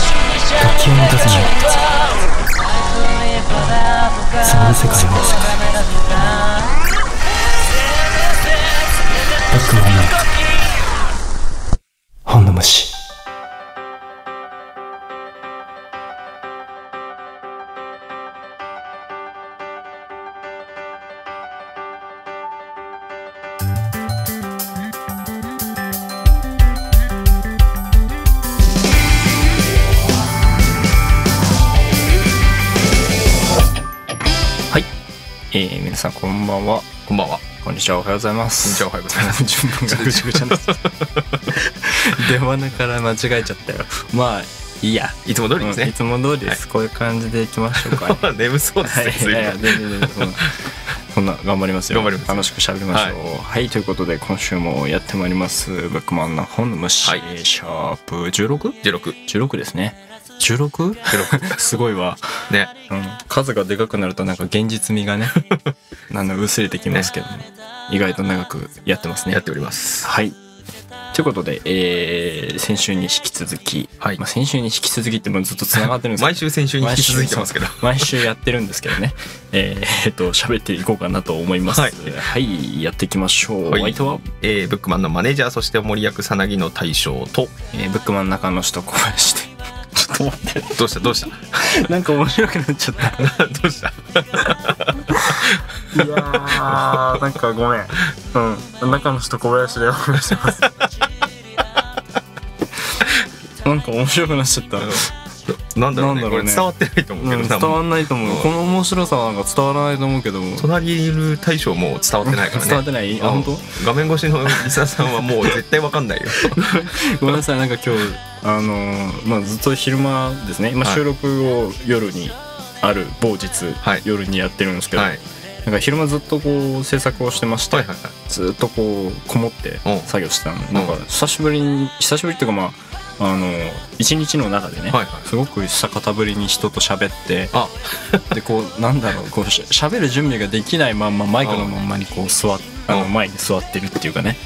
地球に立つのそんな世界は世界バックマンナイト本の虫えー、皆さんこんばんはこんばんは。こんにちはおはようございますこんにちはおはようございま す順番がぐちゃぐちゃになっちゃ った出花から間違えちゃったよまあいいやいつも通りですうんいね。つも通りです、こういう感じでいきましょうか 眠そうではすい、ね。いやいや随全分然全然そんなそんな頑張りますよ頑張ります楽しくしゃべりましょうはい、ということで今週もやってまいります「ブックマンの本の虫」はいシャープ 16?16 16 16ですね 16?16 すごいわ、ね。うん、数がでかくなるとなんか現実味 がねなんだ薄れてきますけどね意外と長くやってますねやっております。はいということで、えー、先週に引き続き、はいまあ、先週に引き続きってもうずっとつながってるんですけど毎週先週に引き続いてますけど。毎週やってるんですけどね えーえっと喋っていこうかなと思いますははいい、やっていきましょう、はいお相手は、えー、ブックマンのマネージャーそして森役さなぎの大将とえーブックマン中の人小林でちょっと待っどうしたどうした て なんか面白くなっちゃったどうしたいやーなんかごめんうん中の人小林でお願いします なんか面白くなっちゃったなんだろうねなんだろうねこれ伝わってないと思うけど、うん多伝分わんないと思う、うんこの面白さはなんか伝わらないと思うけど伝隣にいる大将も伝わってないからねわってないあ本当うん画面越しのリサさんはもう絶対わかん ないよごめんなさいなんか今日あのーまあずっと昼間ですね、まあ、はい収録を夜にある某日、はい夜にやってるんですけど、はいなんか昼間ずっとこう制作をしてまして、はいはいはいずっとこうこもってうん作業してたの、んなんか久しぶりに久しぶりっていうかまああのー一日の中でね、はいはいすごく久方ぶりに人と喋ってあでこうなんだろうこうししゃべる準備ができないまんまマイクのまんまにこう座っあのうん前に座ってるっていうかね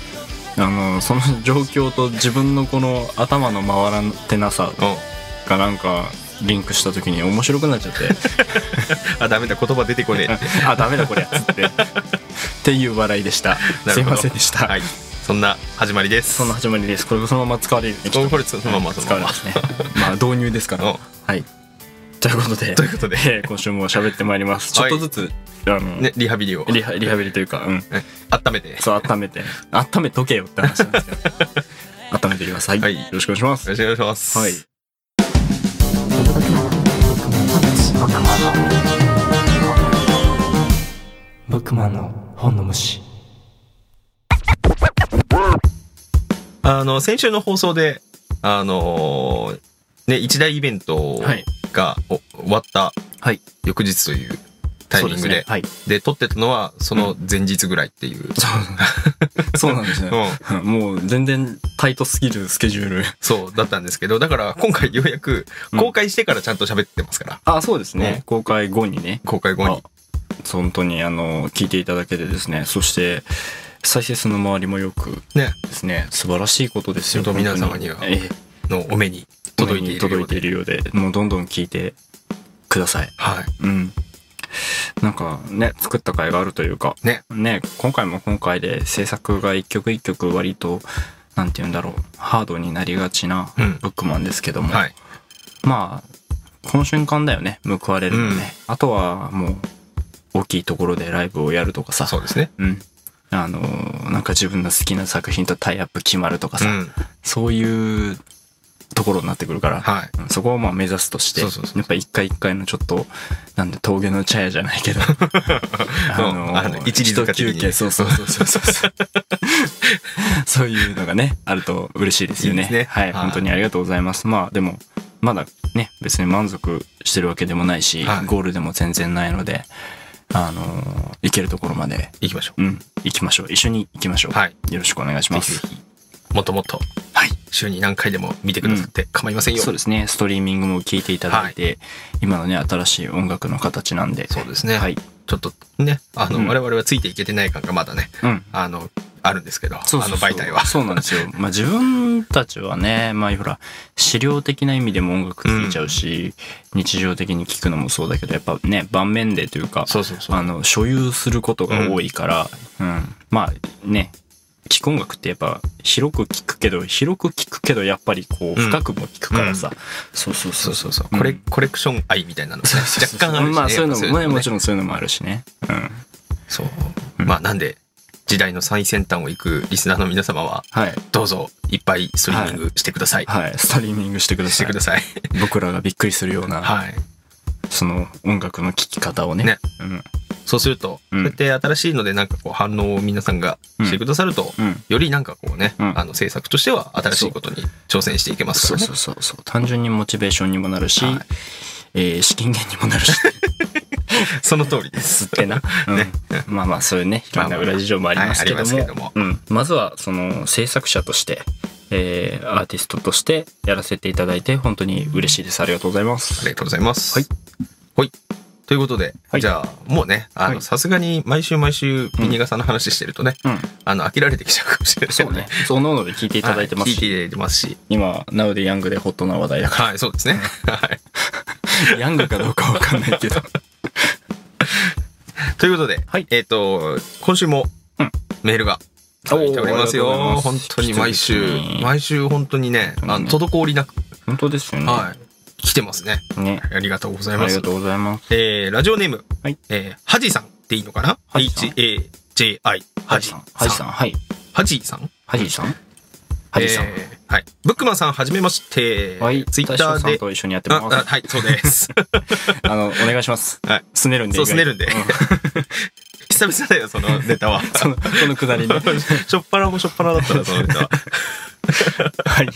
あのその状況と自分のこの頭の回らんてなさうがなんかリンクした時に面白くなっちゃって んあダメだ言葉出てこねえあダメだこれっつってっていう笑いでしたなすいるほどませんでした、はいそんな始まりですそんな始まりですこれそのまま使われるよねきっとこれそのままその使われままますねまあ導入ですからうんはいということでということでえー今週も喋ってまいりますちょっとずつ、あのねリハビリをリハリハビリというか、うん、ね温めてそう温めて温めとけよって話なんですけど 温めてください、はいよろしくお願いしまよすろしくお願いしますはいバックマンの本の虫あの先週の放送であのーね一大イベントはいがお終わったはい翌日というタイミンそうすグねではいで撮ってたのはその前日ぐらいっていう、そうそうなんですうねん、もう全然タイトすぎるスケジュールそうだったんですけどだから今回ようやく公開してからちゃんと喋ってますから、あそうですね公開後にね公開後にあ本当にあの聞いていただけてですねそして再生数の周りもよくねですね素晴らしいことですよ本当皆様本当にはええのお目に届いているよ届ういてでいるようでもうどんどん聞いてくださいはいうん。なんかね、作った甲斐があるというか、ね。今回も今回で制作が一曲一曲割と、なんて言うんだろう、ハードになりがちなうんブックマンですけども、はいまあ、この瞬間だよね、報われるのね。あとはもう、大きいところでライブをやるとかさ、そうですねうん。あのーなんか自分の好きな作品とタイアップ決まるとかうさ、んそういうところになってくるから、はいうんそこをまあ目指すとして、そうそうそうやっぱ一回一回のちょっと、なんで峠の茶屋じゃない けど、うんあの一律塚的に一休憩そうそうそうそうそう。そういうのがね、あると嬉しいですよね。いいですねはい、はい本当にありがとうございます。まあでも、まだね、別に満足してるわけでもないし、はいゴールでも全然ないので、あのー行けるところまで、行きましょうん、行きましょう。一緒に行きましょうう。はいよろしくお願いしぜまひすぜ。ひもっともっとはい。週に何回でも見てくださって構いませんよ、そうですね。ストリーミングも聞いていただいて、今のね、新しい音楽の形なんで。そうですねはい。ちょっとね、あの、うん我々はついていけてない感がまだね、うん。あの、あるんですけど、あのそうそうそう媒体は。そうなんですよ。まあ自分たちはね、まあほら、資料的な意味でも音楽聴いちゃうし、日常的に聴くのもそうだけど、やっぱね、盤面でというか、そうそうそうあの、所有することが多いから、うん、まあね、聴く音楽ってやっぱ広く聴くけど、広く聴くけど、やっぱりこう、うん深くも聴くからさ、そうそうそそううそそううそう。んコレコレクション愛みたいなのがね若干あるしね。まあそういうのも、ね、もちろん。ろんそういうのもあるしね。うん。そう。うんまあなんで、時代の最先端を行くリスナーの皆様は、はい。どうぞいっぱいストリーミングしてください。はい。ストリーミングしてくだしさてい。ください。僕らがびっくりするような、はい。その音楽の聴き方をね。ねうん。そうすると、うんそうやって新しいのでなんかこう反応を皆さんがしてくださると、うん。よりなんかこうね、うんあの制作としては新しいことに挑戦していけますかそうらねそうそうそう。単純にモチベーションにもなるし、はいえー資金源にもなるし、その通りですすってな。うん ねまあまあ、そういうね、いろんな裏事情もありますけども、はいありますけどもうん、まずは、その、制作者として、えーアーティストとしてやらせていただいて、本当に嬉しいです。ありがとうございまあす。りがとうございますはいはい、ということで、はいじゃあもうねあはのいさすがに毎週毎週ミニガサの話してるとね、うん。あの飽きられてきちゃうかもしれないそうね。そう、のので聞いていいただいてます聞いてし、いただいてますし今、Now でヤングでホットな話題だかはいそうですね はいら、 ヤングかどうかわかんないけど。ということで、はいえっ、と今週もうんメールが届いておりますおーありがとうよござい本ます当に毎週引き続き毎週本当にねあの滞りなく、本当ですよね。はい来てますねね。ありがとうございあまりすがとうございます。えーラジオネーム、はいえーハジさんっていいのかなハジさん ?H-A-J-I。ハジさん。ハジさん。。はい。ハジさんハジさん。ハジさん。えーはい。ブックマンさん、はじめまして。はい。ツイッタ大将ーさんで。と一緒にやってああます。はい、そう です。あの、お願いします。はい。すねるんで。そう、すねるんんで。 久々だよ、そのネタは。 その、このくだり ね。しょっぱらもしょっぱらだったら、そのネタは。はい。は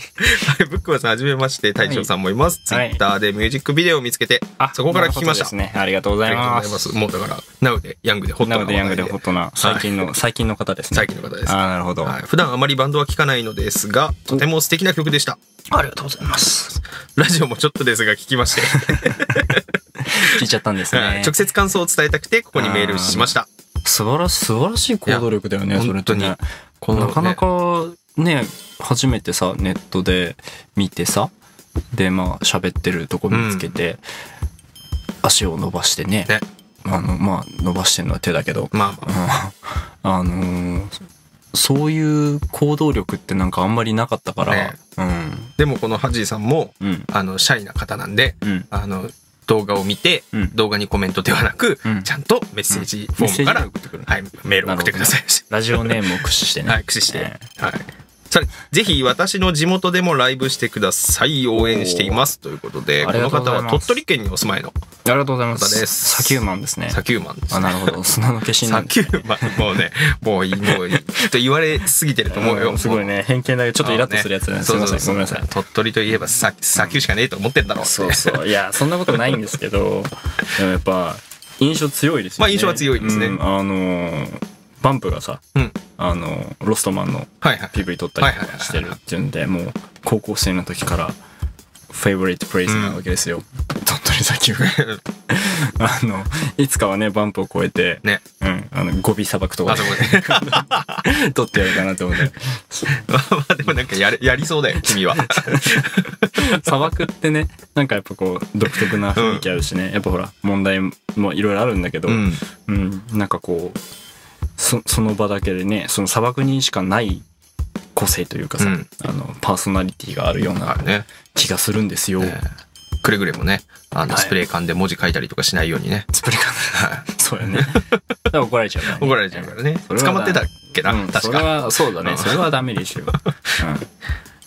い、ブックマンさん、はじめまして。大将さんもいます。ツイはいッターでミュージックビデオを見つけて、そこから聞きまなるほした。どですね。ありがとうごあざりいがとうごまざいますす。。もうだから、ナウで、ヤングで、ホットななの話で、題ヤングでホットな、最近の、最近の方ですね。最近の方ですあーなるほど。はいあ普段あまりバンドは聴かないのですが、とても素敵な曲でした。りがとうございます。ラジオもちょっとですが聞きまして、聞いちゃったんですはいね。直接感想を伝えたくて、ここにメールしました。素晴らしい、素晴らしい行動力だよいね、やそれってね。当になかなかね、初めてさ、ネットで見てさ、で、まあ、喋ってるとこ見つけて、足を伸ばしてねねあの、まあ、伸ばしてるのは手だけど、まあまあ、うん あのーそういう行動力ってなんかあんまりなかったから、ねでもこのハジーさんも、うん、うん、あの、シャイな方なんで、うん。あの、動画を見て、うん動画にコメントではなく、うんちゃんとメッセージフォームから、メッセージで送ってくるはい、メールを送ってくださいま した。ラジオネームを駆使してね。 はい、駆使して。えはい。さらにぜひ私の地元でもライブしてください。応援しています。ということで、あこりのがとうご方ざいはます鳥取県にお住まいーのありがとうございま方す。です砂丘マンですね。砂丘マンですあ、なるほど。砂の化身なさんっですきね、まあ、もうね、もういい、もういい。と言われすぎてると思うよ。んすごいね。偏見だけど、ちょっともう。イラッとするやつだあね。のすいそうまそせ。ごうんそうめんなさい。鳥取といえばさ砂丘しかねえと思ってんだろうって。そうそう。いや、そんなことないんですけど、でもやっぱ、印象強いですよね。まあ印象は強いですねうんあのー、バンプがさ、うんあのー、ロストマンのはいはい。 PV 撮ったりとかしてるっていうんで、もう、高校生の時から、フェイブリットプレイスなわけですよ。鳥取砂丘が。 あの、いつかはね、バンプを超えて、ね。うん、あの、語尾砂漠とかあそこで。で 撮ってやるかなと思って。 まあまあでも なんかやれやりそ うだよ、君は。砂漠ってねなんかやっぱこう独特な雰囲気あるしね、やっぱほら問題もいろいろあるんだけど、うん。うんなんかこうそその場だけでねその砂漠にしかない個性というかさ、うんあのパーソナリティがあるようあなるね。気がするんですよ、ええくれぐれもね、あの、はいスプレー缶で文字書いたりとかしないようにね。スプレーかはいな そうやねだから怒られちゃうから、ね、怒られちゃうからね。それは捕まってたっけな、うん、確それか。はそうだねそれはダメです よ、う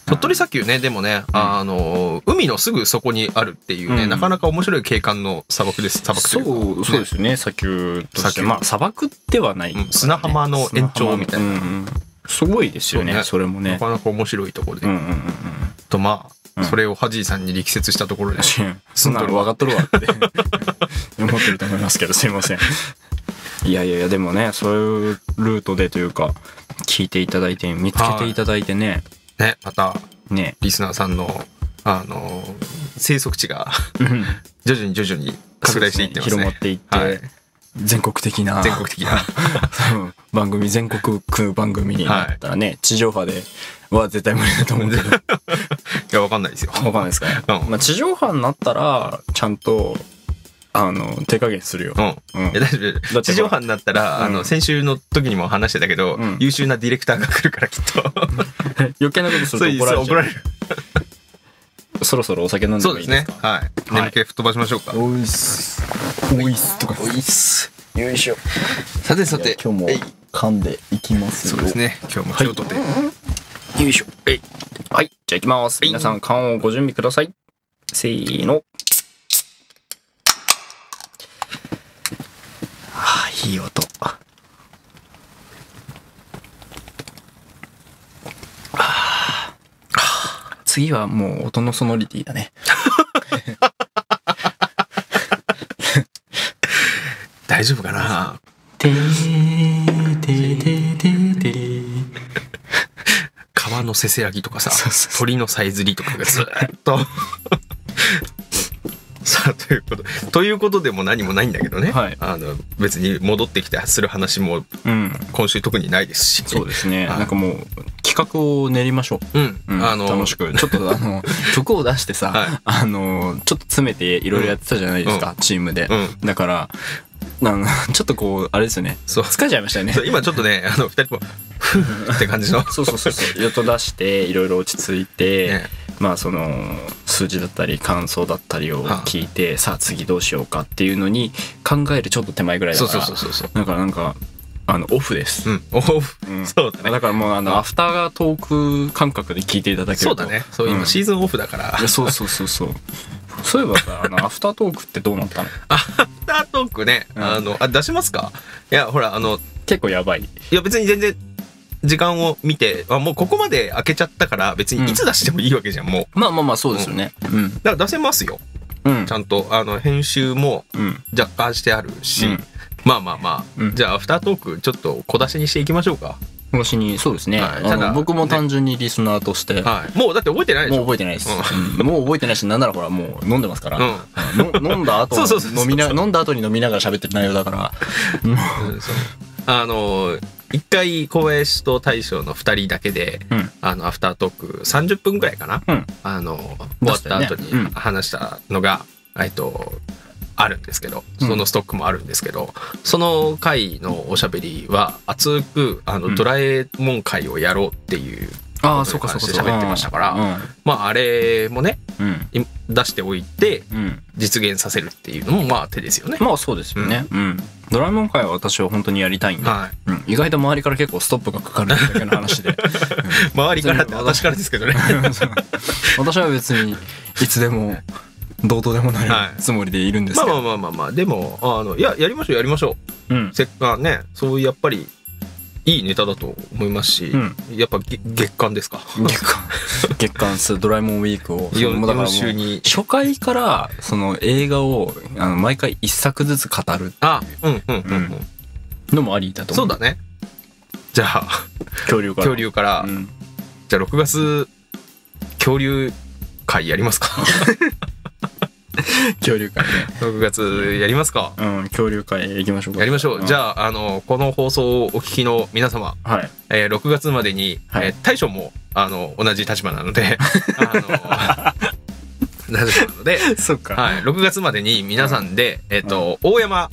鳥取砂丘ね、でもね、あの、海のすぐそこにあるっていうね、うんなかなか面白い景観の砂漠です。砂ん、漠とそいうか。うそうですよね砂丘と砂して丘まあ砂漠ではないからね、うん砂浜の延長みたいな砂浜のうんうんすごいですよねそうねそれもねなかなか面白いところで。うんうんうんとまあ、うんそれをハジーさんに力説したと ころで、うん。そんなの分かっとるわって 思ってると思いますけど、すいません。いやいやいや、でもね、そういうルートでというか、聞いていただいて、見つけていただいてね、ね、またね、リスナーさんの、あのー生息地がうん徐々に徐々に拡大していってますね。広まっていって、はい全国的な全国 的なうん番組全国区番組になったらね、地上波では絶対無理だと思うけどいやわかんないですよわかんないですかね、うんまあ、地上波になったらちゃんとあの手加減するよう、んうんいや大丈夫大丈だ夫って地上波になったら、うんあの先週の時にも話してたけど、うん優秀なディレクターが来るからきっ と余計なことすそうるいとう怒らそうれち怒ゃうられるそろそろお酒飲んでそうもいでいですねすかはい眠気吹っ飛ばしましょうかおいっすおいっすとかいっすよいしょさてさて今日もはい噛んでいきますよそうですね今日も京都で、よいしょえいはいじゃあいきます皆さん缶をご準備くださいせーのあーいい音あーあー次はもう音のソノリティだね大丈夫かなてーてーてーてーてー川のせせらぎとかさそうそうそう鳥のさえずりとかがずーっと さあということということでも何もないんだけどね、はいあの別に戻ってきてする話もうん今週特にないですしそうですねはいなんかもう企画を練りましょううん、うんあの楽しくちょっとあ の曲を出してさ、はいあのちょっと詰めていろいろやってたじゃないですか、うチームで、うだからなんちょっとこうあれですよねそう疲れちゃいましたよねそう今ちょっとねあの二人ともふーって感 じの、そうそうそうそう音出していろいろ落ち着いて、ねまあその数字だったり感想だったりを聞いて、さあ次どうしようかっていうのに考えるちょっと手前ぐらいだそかうらそうそうそうそうだからなんかあのオフです、うんおううんそうだねだからもうあの、アフタートーク感覚で聞いていただけそるうとだねそう今うんシーズンオフだから、いやそうそうそうそうそういえばさあのアフタートークってどうなったのアフタートークね、うんあのあ出しますかいやほらあの結構やばいいや別に全然時間を見てあもうここまで開けちゃったから別にいつ出してもいいわけじゃん、もうまあまあまあそうですよねうんだから出せますようんちゃんとあの編集もうん若干してあるし、うんまあまあまあ、うんじゃあアフタートークちょっと小出しにしていきましょうか、私にそうですね、はいあただの僕も単純にリスナーとして、はい、もうだって覚えてないでしもうょ覚えてないです、うんもう覚えてないしなんならほらもう飲んでますから、うんの飲んだ後 そうそうそうそう飲みな飲んだ後に飲みながら喋ってる内容だからうん そうあの一回小林と大将の2人だけで、うんあのアフタートーク30分ぐらいかな、うんあの終出わっしたたよね後にうん話したのが、えっとあるんですけどうんそのストックもあるんですけど、その回のおしゃべりは熱くあの、うんドラえもん会をやろうっていうああそうかそうかそうか喋ってましたからまああれもねうんうん、い出しておいてうん実現させるっていうのもまあ手ですよね。まあそうですよね、うんドラえもん会は私は本当にやりたいんで、はい、うん、意外と周りから結構ストップがかかるだけの話で周りからって私からですけ どね。私は別にいつでもどうとでもなはいいつもりでいるんですまあけど、まあまあまあまあでもあのいややりましょうやりましょうんうせっかくねそういうやっぱりいいネタだと思いますし、うんやっぱげ月間ですか月 間月間するドラえもんウィークを4もうだからもう週に初回からその映画をあの毎回一作ずつ語るあうんうんうん、ううんん、のもありだと思そううだねじゃあ 恐竜から恐竜から、うんじゃあ6月恐竜会やり ますか恐竜会ね、 6月やりますかうん、恐竜会行きましょうかやりましょう、じあゃああのこの放送をお聞きの皆様はいえー6月までに、はいえー大将もあの同じ立場な のであの立場なので、そっかはい、6月までに皆さんで、えっ、と、大山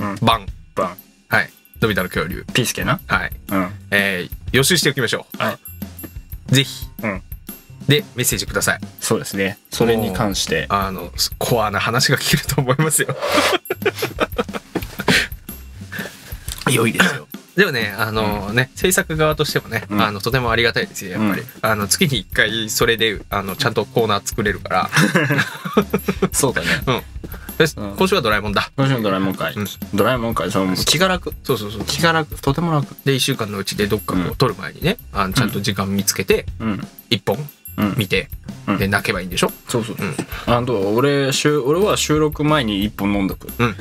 うん版版はいのび太の恐竜ピースケなはい、うんえー予習しておきましょう、はぜひ、うんでメッセージくださいそうですねそれに関してあのコアな話が聞けると思いますよ 良いですよでもねあのね制作側としてもね、うんあのとてもありがたいですよやっぱり、うんあの月に1回それであのちゃんとコーナー作れ るから そうだねよしうん今週はドラえもんだ。今週のドラえもん会、うんドラえもん会その気が楽そうそうそう。気が楽とても楽で、1週間のうちでどっかうこんう撮る前にね、あのちゃんと時間見つけて、うん1本うん見て、うんで、泣けばいいんでしょそうそう、うんあと俺しゅ俺は収録前に一本飲んどく必うん。 ず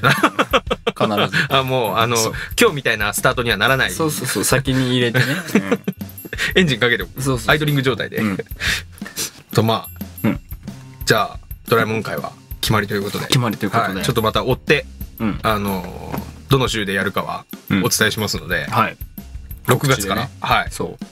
あもう、あのそう、今日みたいなスタートにはならない。 そうそうそう先に入れてね、エンジンかけておくうん、 そうそうそうアイドリング状態で。うんと、まあ、うんじゃあ、ドラえもん会は決まりということで。決まりということで、はい、ちょっとまた追って、うんあのーどの週でやるかはうんお伝えしますので、はい6月から、告はいそう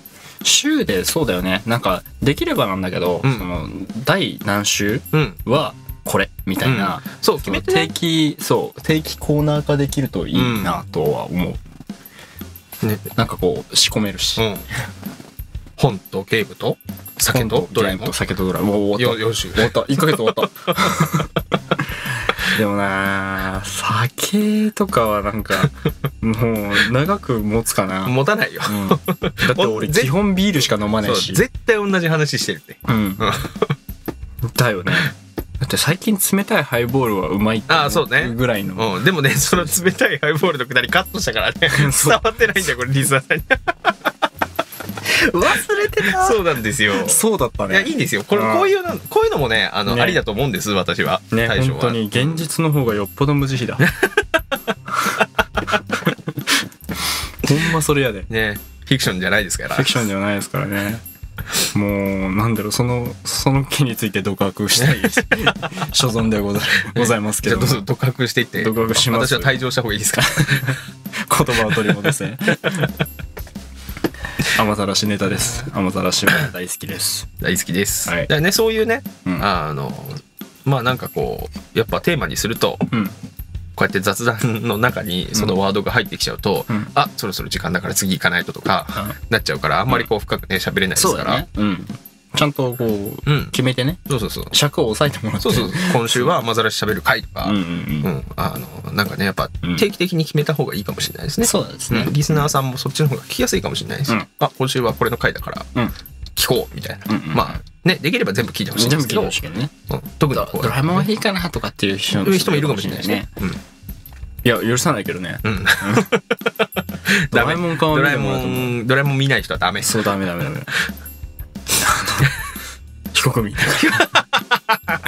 週でそうだよねなんかできればなんだけど、うんその第何週うんはこれみたいな、そう決そめのてね定期そう定期コーナー化できるといいなとは思う、ねなんかこう仕込めるし、うん本とゲームと酒とドラえもんと酒とドラえもんおー終わっよたよし終わった1ヶ月終わった でもなー酒とかはなんかもう長く持つかな、うん、だ持たないよって俺基本ビールしか飲まなそういし絶対同じ話してるねうんだよねだって最近冷たいハイボールはうまいってあーそうね思うぐらいのうん、でもねその冷たいハイボールのくだりカットしたから ねそう伝わってないんだよこれリサーさんに忘れてそうなんですよそうだったいやいねいんですよこれうんこういうのこういうのもねあのねありだと思うんです私は、ね対象本当はに現実の方がよっぽど無 慈悲だほんまそれやでねフィクションじゃないですからフィクションじゃないですからね。もう、なんだろう、その、その件について独白したい 所存でござございますけじゃども、あどうぞ言独白していって独白します私は退場した方がいいで すか葉を取り戻せ。雨ざらしネタです。雨ざらしは大好きです。大好きです、はいだからねそういうね、うんあのまあなんかこうやっぱテーマにするとうん。こうやって雑談の中にそのワードが入ってきちゃうと、うんあそろそろ時間だから次行かないととかなっちゃうからあんまりこう深くね喋れないですそうかだら、ね。うん。ちゃんとこう、うん決めてね、そうそうそう尺を抑えてもらって。そうそうそう今週は雨ざらし喋る回とか、ううんんうんあのなんかねやっぱうん定期的に決めた方がいいかもしれないですうん。ね、そうですねうん。リスナーさんもそっちの方が聞きやすいかもしれないです、うんあ今週はこれの回だからうん聞こうみたいな、うんうんまあねできれば全部聞いてほしいん全部で聞いすけてど、ほしいけどね。うん特にこうドラえもんはいいかなとかっていう人いう人もいるかもしれないですね。いや、許さないけどね。うんうんドラえもんかドは見ラえてももらうと思うんドラえもん見ない人はダメそうダメダメダ メ。あの非国民だから。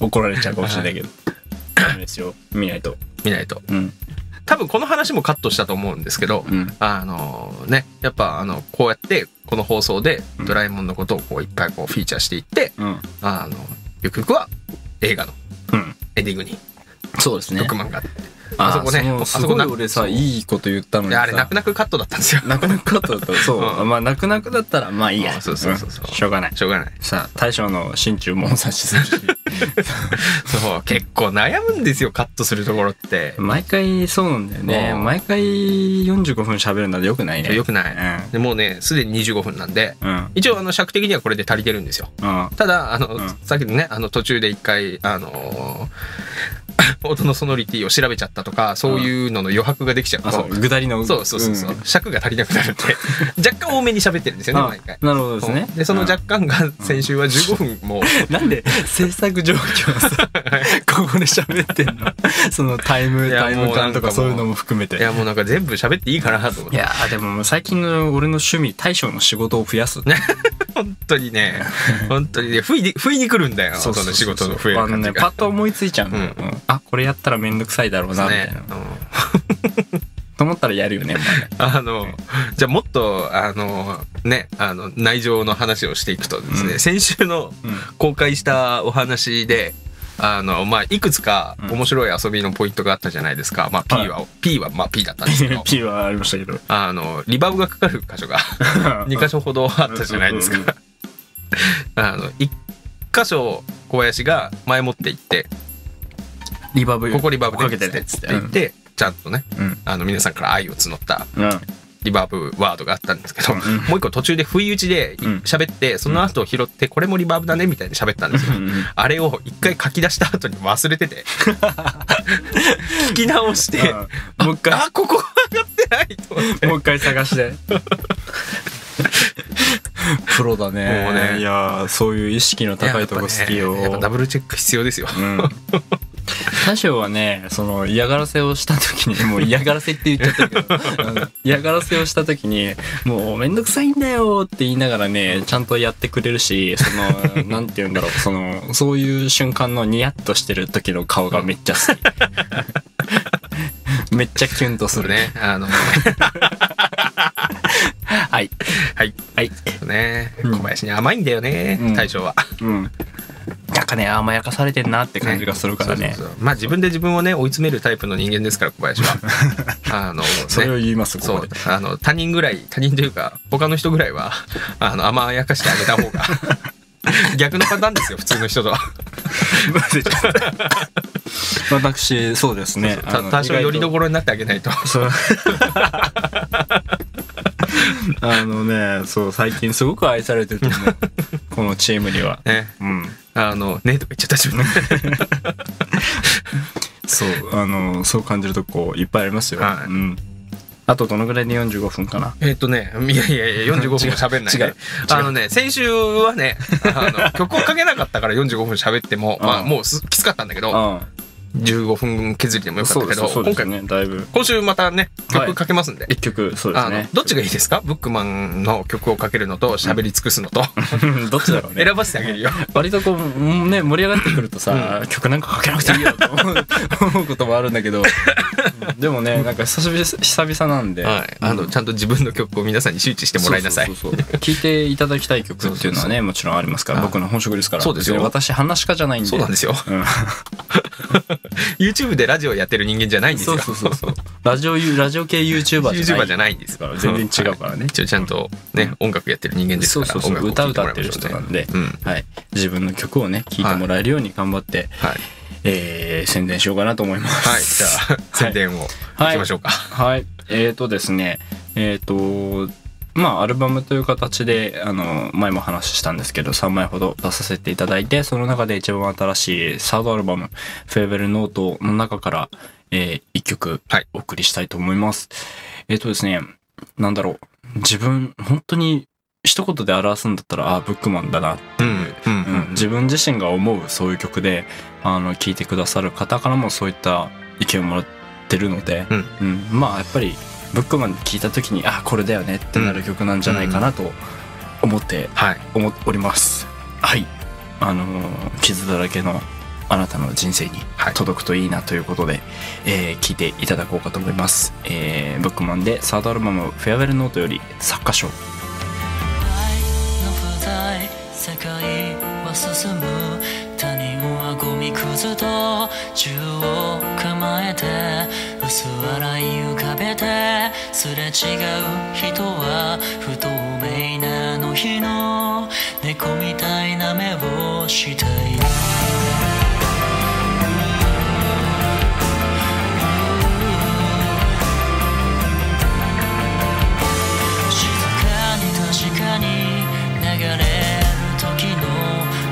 怒られちゃうかもしれないけど。 ダメですよ。見ないと。見ないとうん。多分この話もカットしたと思うんですけど、うん。あのねやっぱあのこうやってこの放送でうんドラえもんのことをこういっぱいこうフィーチャーしていって、うん。あのゆくゆくは映画のうん。エンディングにそうですねドッグ。マンがあって、ああそこねのあすそこごいな俺さ、いいこと言ったのにでさ。あれ泣く泣くカットだったんですよ泣く泣くカットだった。そうう。んまあ、泣く泣くだったら、まあいいや。あそうそうそうそうんしょうがない。しょうがないさあ、大将の心中も察しするし。そう結構悩むんですよカットするところって毎回そうなんだよね。うん毎回45分喋るなんてよくないね。よくない、うんでもうねすでに25分なんでうん。うん。一応あの尺的にはこれで足りてるんですよただあの、うんさっきのねあの途中で一回あのー 音のソノリティを調べちゃったとかそういうのの余白ができちゃうと、あ、そう、ぐだりの。そうそうそうそう、ん尺が足りなくなるんで 若干多めに喋ってるんですよねあ毎回。なるほどですね。でそのじゃ若干が先週は15分もうなんで制作状況をさ、ここで喋ってん のそのタイム、いやタイム感ともうなんかもうかそういうのも含めて。いやもうなんか全部喋っていいかなと思っいてやー、でも最近の俺の趣味、大将の仕事を増やす。ね、本当に ね本当にね不意に不意に来るんだよその仕事の増えるあの感じね、パが。ッと思いついちゃうの、うんうんあ、これやったらめんどくさいだろうな、みたいねな。、と思ったらやるよね、 うんあのじゃあもっとあのねあの内情の話をしていくとですね、うん先週のお前公開したお話であのまあいくつかうん面白い遊びのポイントがあったじゃないですか、まあ P は、P はまあ P だったんですけうんど P はありましたけど。 あのリバーブがかかる箇所が2箇所ほどあったじゃないですかうんうん。 あの1箇所小林が前もって行ってリバーブここリバーブかでけっつてってねっつって言って、ちゃんとねうん。あの皆さんから愛を募ったうん。リバーブワードがあったんですけど、うんもう一個途中で不意打ちでいうん喋って、その後拾ってこれもリバーブだねみたいに喋ったんですよ。うんうんあれを一回書き出した後に忘れて て聞き直してで、もう一回、あここ上がってないと思ってもう一回探 して。プロだね。もうねいやーそういう意識の高いとこ好きよ。やっぱねやっぱダブルチェック必要ですよ、うん。大将はね、その嫌がらせをした時 に、もう嫌がらせって言っちゃったけど、うん嫌がらせをした時に、もうめんどくさいんだよって言いながらね、ちゃんとやってくれるし、その、なんて言うんだろう、その、そういう瞬間のニヤッとしてる時の顔がめっちゃ好 き。めっちゃキュンとすそれる。ねあのはい。はいはい。ねうん小林に甘いんだよね、うん大将はうん。なんかね甘やかされてんなって感じがするからねそうそうそうまあ自分で自分をね追い詰めるタイプの人間ですから小林 はあの、ね、それを言いますそここうであの他人ぐらい他人というか他の人ぐらいはあの甘やかしてあげた 方が逆のパターンですよ普通の人とは 私そうですねあたの多少意外とよりどころになってあげないとそう あのねそう最近すごく愛されて ると思うこのチームにはねうんあのねとか言っちゃっ た自分でそうあのそう感じるとこいっぱいありますよ、はいうん、あとどのぐらいで45分かなえっとねいやいやいや45分も喋んない、ね、違う違うあのね先週はねあ の曲をかけなかったから45分喋っても、まあ、うんもうすきつかったんだけどあ15分削りでもよかっそうでたけすど、ねそうで今す回ねだいぶ今週またね曲かけますんで、一曲そうですあのねどっちがいいですかブックマンの曲をかけるのと喋り尽くすのと どっちだろうね選ばせてあげるよ割とこううんね盛り上がってくるとさ、曲なんかかけなくていいよと思う 思うこともあるんだけどうんでもねなんか久しぶり久々なんで、はい、あのちゃんと自分の曲を皆さんに周知してもらいなさい。そうそうそうそう聞いていただきたい曲っていうのはねそうそうそもちろんありますからはい僕の本職ですからそうですよ別に私話し家じゃないんでそうなんですよ。うん YouTube でラジオやってる人間じゃ ないんですそよ。うそうそうそうラジオユラジオ系 YouTuber じゃない YouTuber じゃないんですかからら全然違うからね一応ちゃんとね、音楽やってる人間ですそかうら。そうそう音歌楽を歌聴いっててもらるいまし人ょうなねんで、うん。はい、自分の曲をね聴いてもらえるように頑張って、はい。えー宣伝しようかなと思いますはい。じゃあ、 宣伝をいはいきましょうか。はい、えーとですね、えーと、まあ、アルバムという形で、あの、前も話したんですけど、3枚ほど出させていただいて、その中で一番新しいサードアルバム、フェーベルノートの中から、え1曲はい、お送りしたいと思います。えーとですね、なんだろう、自分、本当に、一言で表すんだったら、あーブックマンだなうん。うん。ううんん。自分自身が思うそういう曲であの聴いてくださる方からもそういった意見をもらってるので、うんうんまあやっぱりブックマン聴いた時にあこれだよねってなる曲なんじゃないかなと思ってはい。思っております。はいあのー傷だらけのあなたの人生にはい届くといいなということで、えー聞いていただこうかと思います。えーブックマンでサードアルバム「フェアウェルノート」より作家賞愛の不在世界は進む他人はゴミくずと銃を構えて薄笑い浮かべてすれ違う人は不透明なあの日の猫みたいな目をしている静かに確かに流れる時の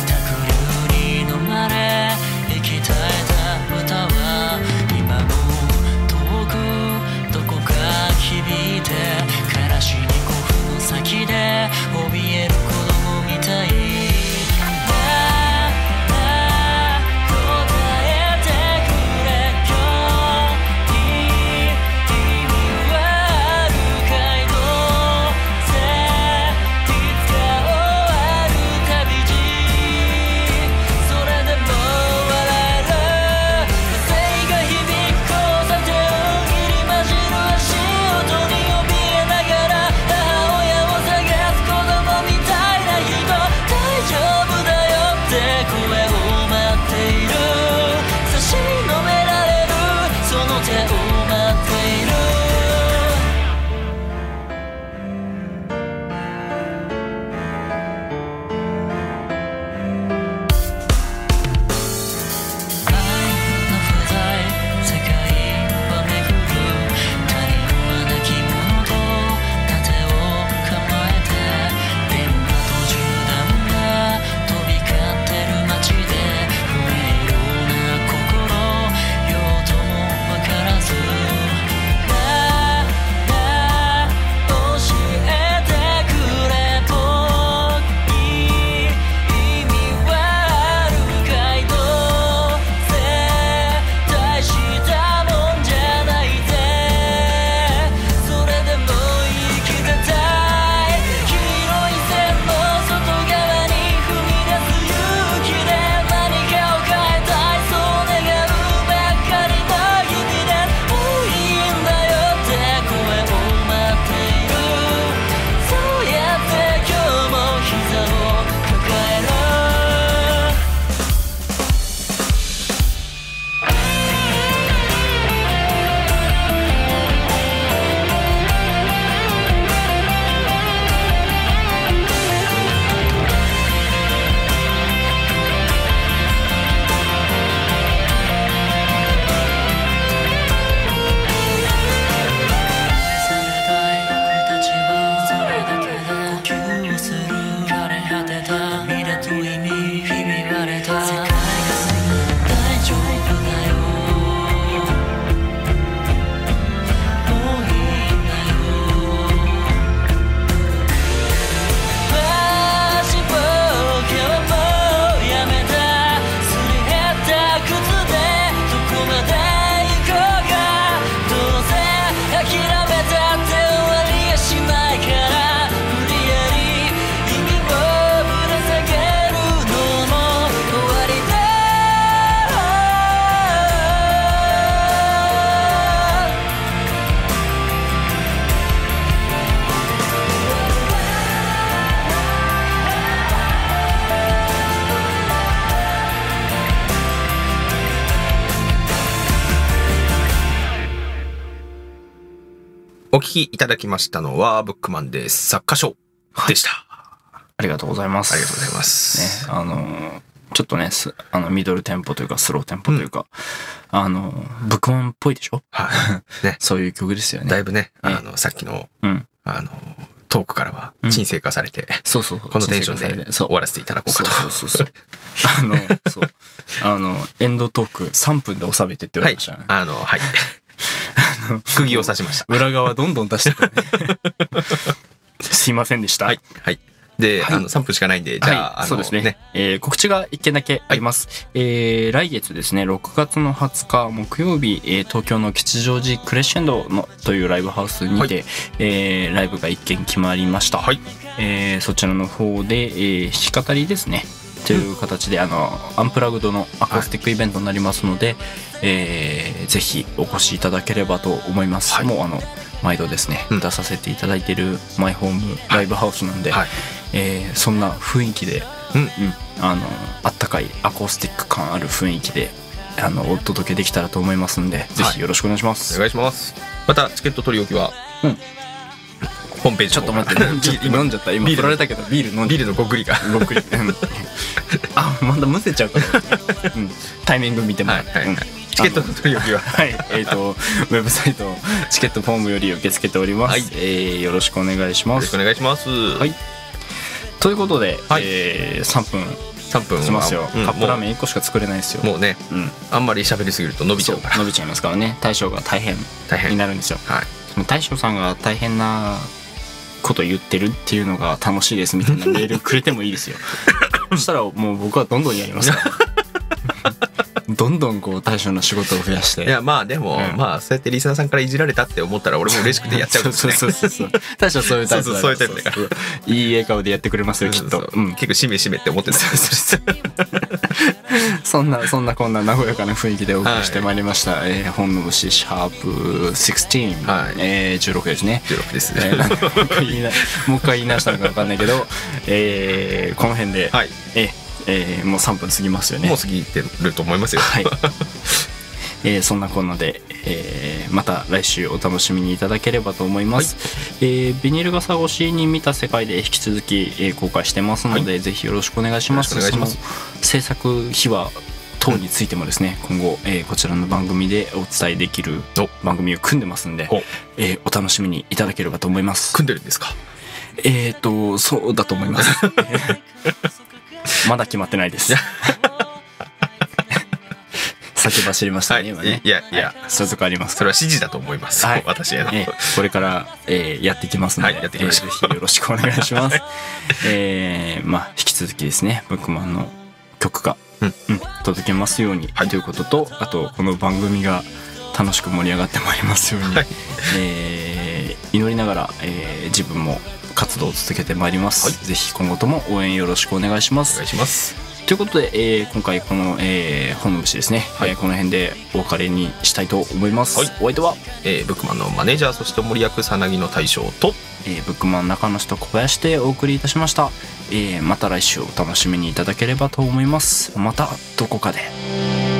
濁流に飲まれ息絶えた歌は今も遠くどこか響いてからしに古墳の先で怯える子供みたい「ななお聞きいただきましたのは、ブックマンで作家賞でした。ありがとうございます。ありがとうございます。ね、あのーちょっとね、すあの、ミドルテンポというか、スローテンポというか、あのー、ブックマンっぽいでしょはそういう曲ですよい。だね。いぶ ね、ねあの、さっきの、うん。あの、トークからはうん沈静化されて、そうそう。このテンショ沈静化さンれでてそう終。わらせていただこうそうかと。そうそうそ う。あの、そう。あの、エンドトーク3分で収めてって言わはれいましたよね。。あの、 はい。釘を刺しました。裏側どんどん出してくる、ね。すいませんでした。はい。はい。で、はいあの、3分しかないんで、じゃあ、はあい、の、そうですね。えー告知が一件だけあります。えー来月ですね、6月の20日木曜日、えー東京の吉祥寺クレッシェンドのというライブハウスにて、えーライブが一件決まりました。はいえーそちらの方で、えー弾き語りですね。という形で、あの、アンプラグドのアコースティックイベントになりますので、えーぜひお越しいただければと思います。はいもう、あの、毎度ですね、うん出させていただいているマイホームライブハウスなんで、はい。えーそんな雰囲気で、うんあのあったかいアコースティック感ある雰囲気であのお届けできたらと思いますんで、ぜひよろしくお願いしまお す。願いします。また、チケット取り置きは、うんホームページちょっと待って、ビール飲んじゃった。今 ビー取ルられたけどビール飲んビじーゃっルのごっくりが。た。ごっくり。 うんあまだむせちゃうから、うんタイミング見てもらって。はいはいはいうんチケットの取り置きは、はい、えっ、と、ウェブサイト、チケットフォームより受け付けております。はいえーよろしくお願いしよまろしくす。お願いします。はいということで、はいえー3分3分はしますよ。うんカップラーメもン1個しか作れないですよ。うもうね、うん、あんまり喋りすぎると伸びちそゃううから。伸びちゃいますからね大将が大変大変。にはない。るんですよその大将さんが大変なこと言ってるっていうのが楽しいですみたい なメールくれてもいいですよそしたらもう僕はどんどんやります からどんどんこう大将の仕事を増やしていや、まあでも、うんまあ、そうやってリスナーさんからいじられたって思ったら、俺も嬉しくてやっちゃうんですね。 そうそうそうそう大将そういうタイプだからそうそうそういうタイプだからそうそういい笑顔でやってくれますよきっとそううそうん結構しめしめって思ってた。そんなそんなこんな和やかな雰囲気でお送りしてまいりました、えー本の虫シャープ16、はいえー16ですね16ですえーねな。んかもう一回言いな もう一回言い直したのか分かんないけど、えーこの辺で、はい。ええーもう3分過ぎますよねもう過ぎてると思いますよ。はい えーそんなこんなで、えーまた来週お楽しみにいただければと思います、えービニール傘越しに見た世界で引き続き、えー公開してますので、ぜひよろしくお願いしますよろしくお願いしその制作秘話等についてもですね、今後、えーこちらの番組でお伝えできるお番組を組んでますんでお、えーお楽しみにいただければと思います組んでるんですかえー、と、そうだと思います。えー まだ決まってないです。 先走りましたね、はい今ね。いやいやはそういうとこありますそれは指示だと思います。はい私への。えーこれから、えーやってきますので、はいやってきましたえーぜひよろしくお願いします。えーまあ、引き続きですね、ブックマンの曲が、うん届けますように、はいということと、あと、この番組が楽しく盛り上がってまいりますように、はいえー祈りながら、えー自分も活動を続けてまいります、ぜひ今後とも応援よろしくお願いしまおす願いします。ということで、えー今回この、えー、本の虫ですね、えーこの辺でお別れにしたいと思います、はいお相手は、えーブックマンのマネージャー、そして森役さなぎの大将と、えーブックマン中の人小林でお送りいたしました、えーまた来週お楽しみにいただければと思いますまたどこかで「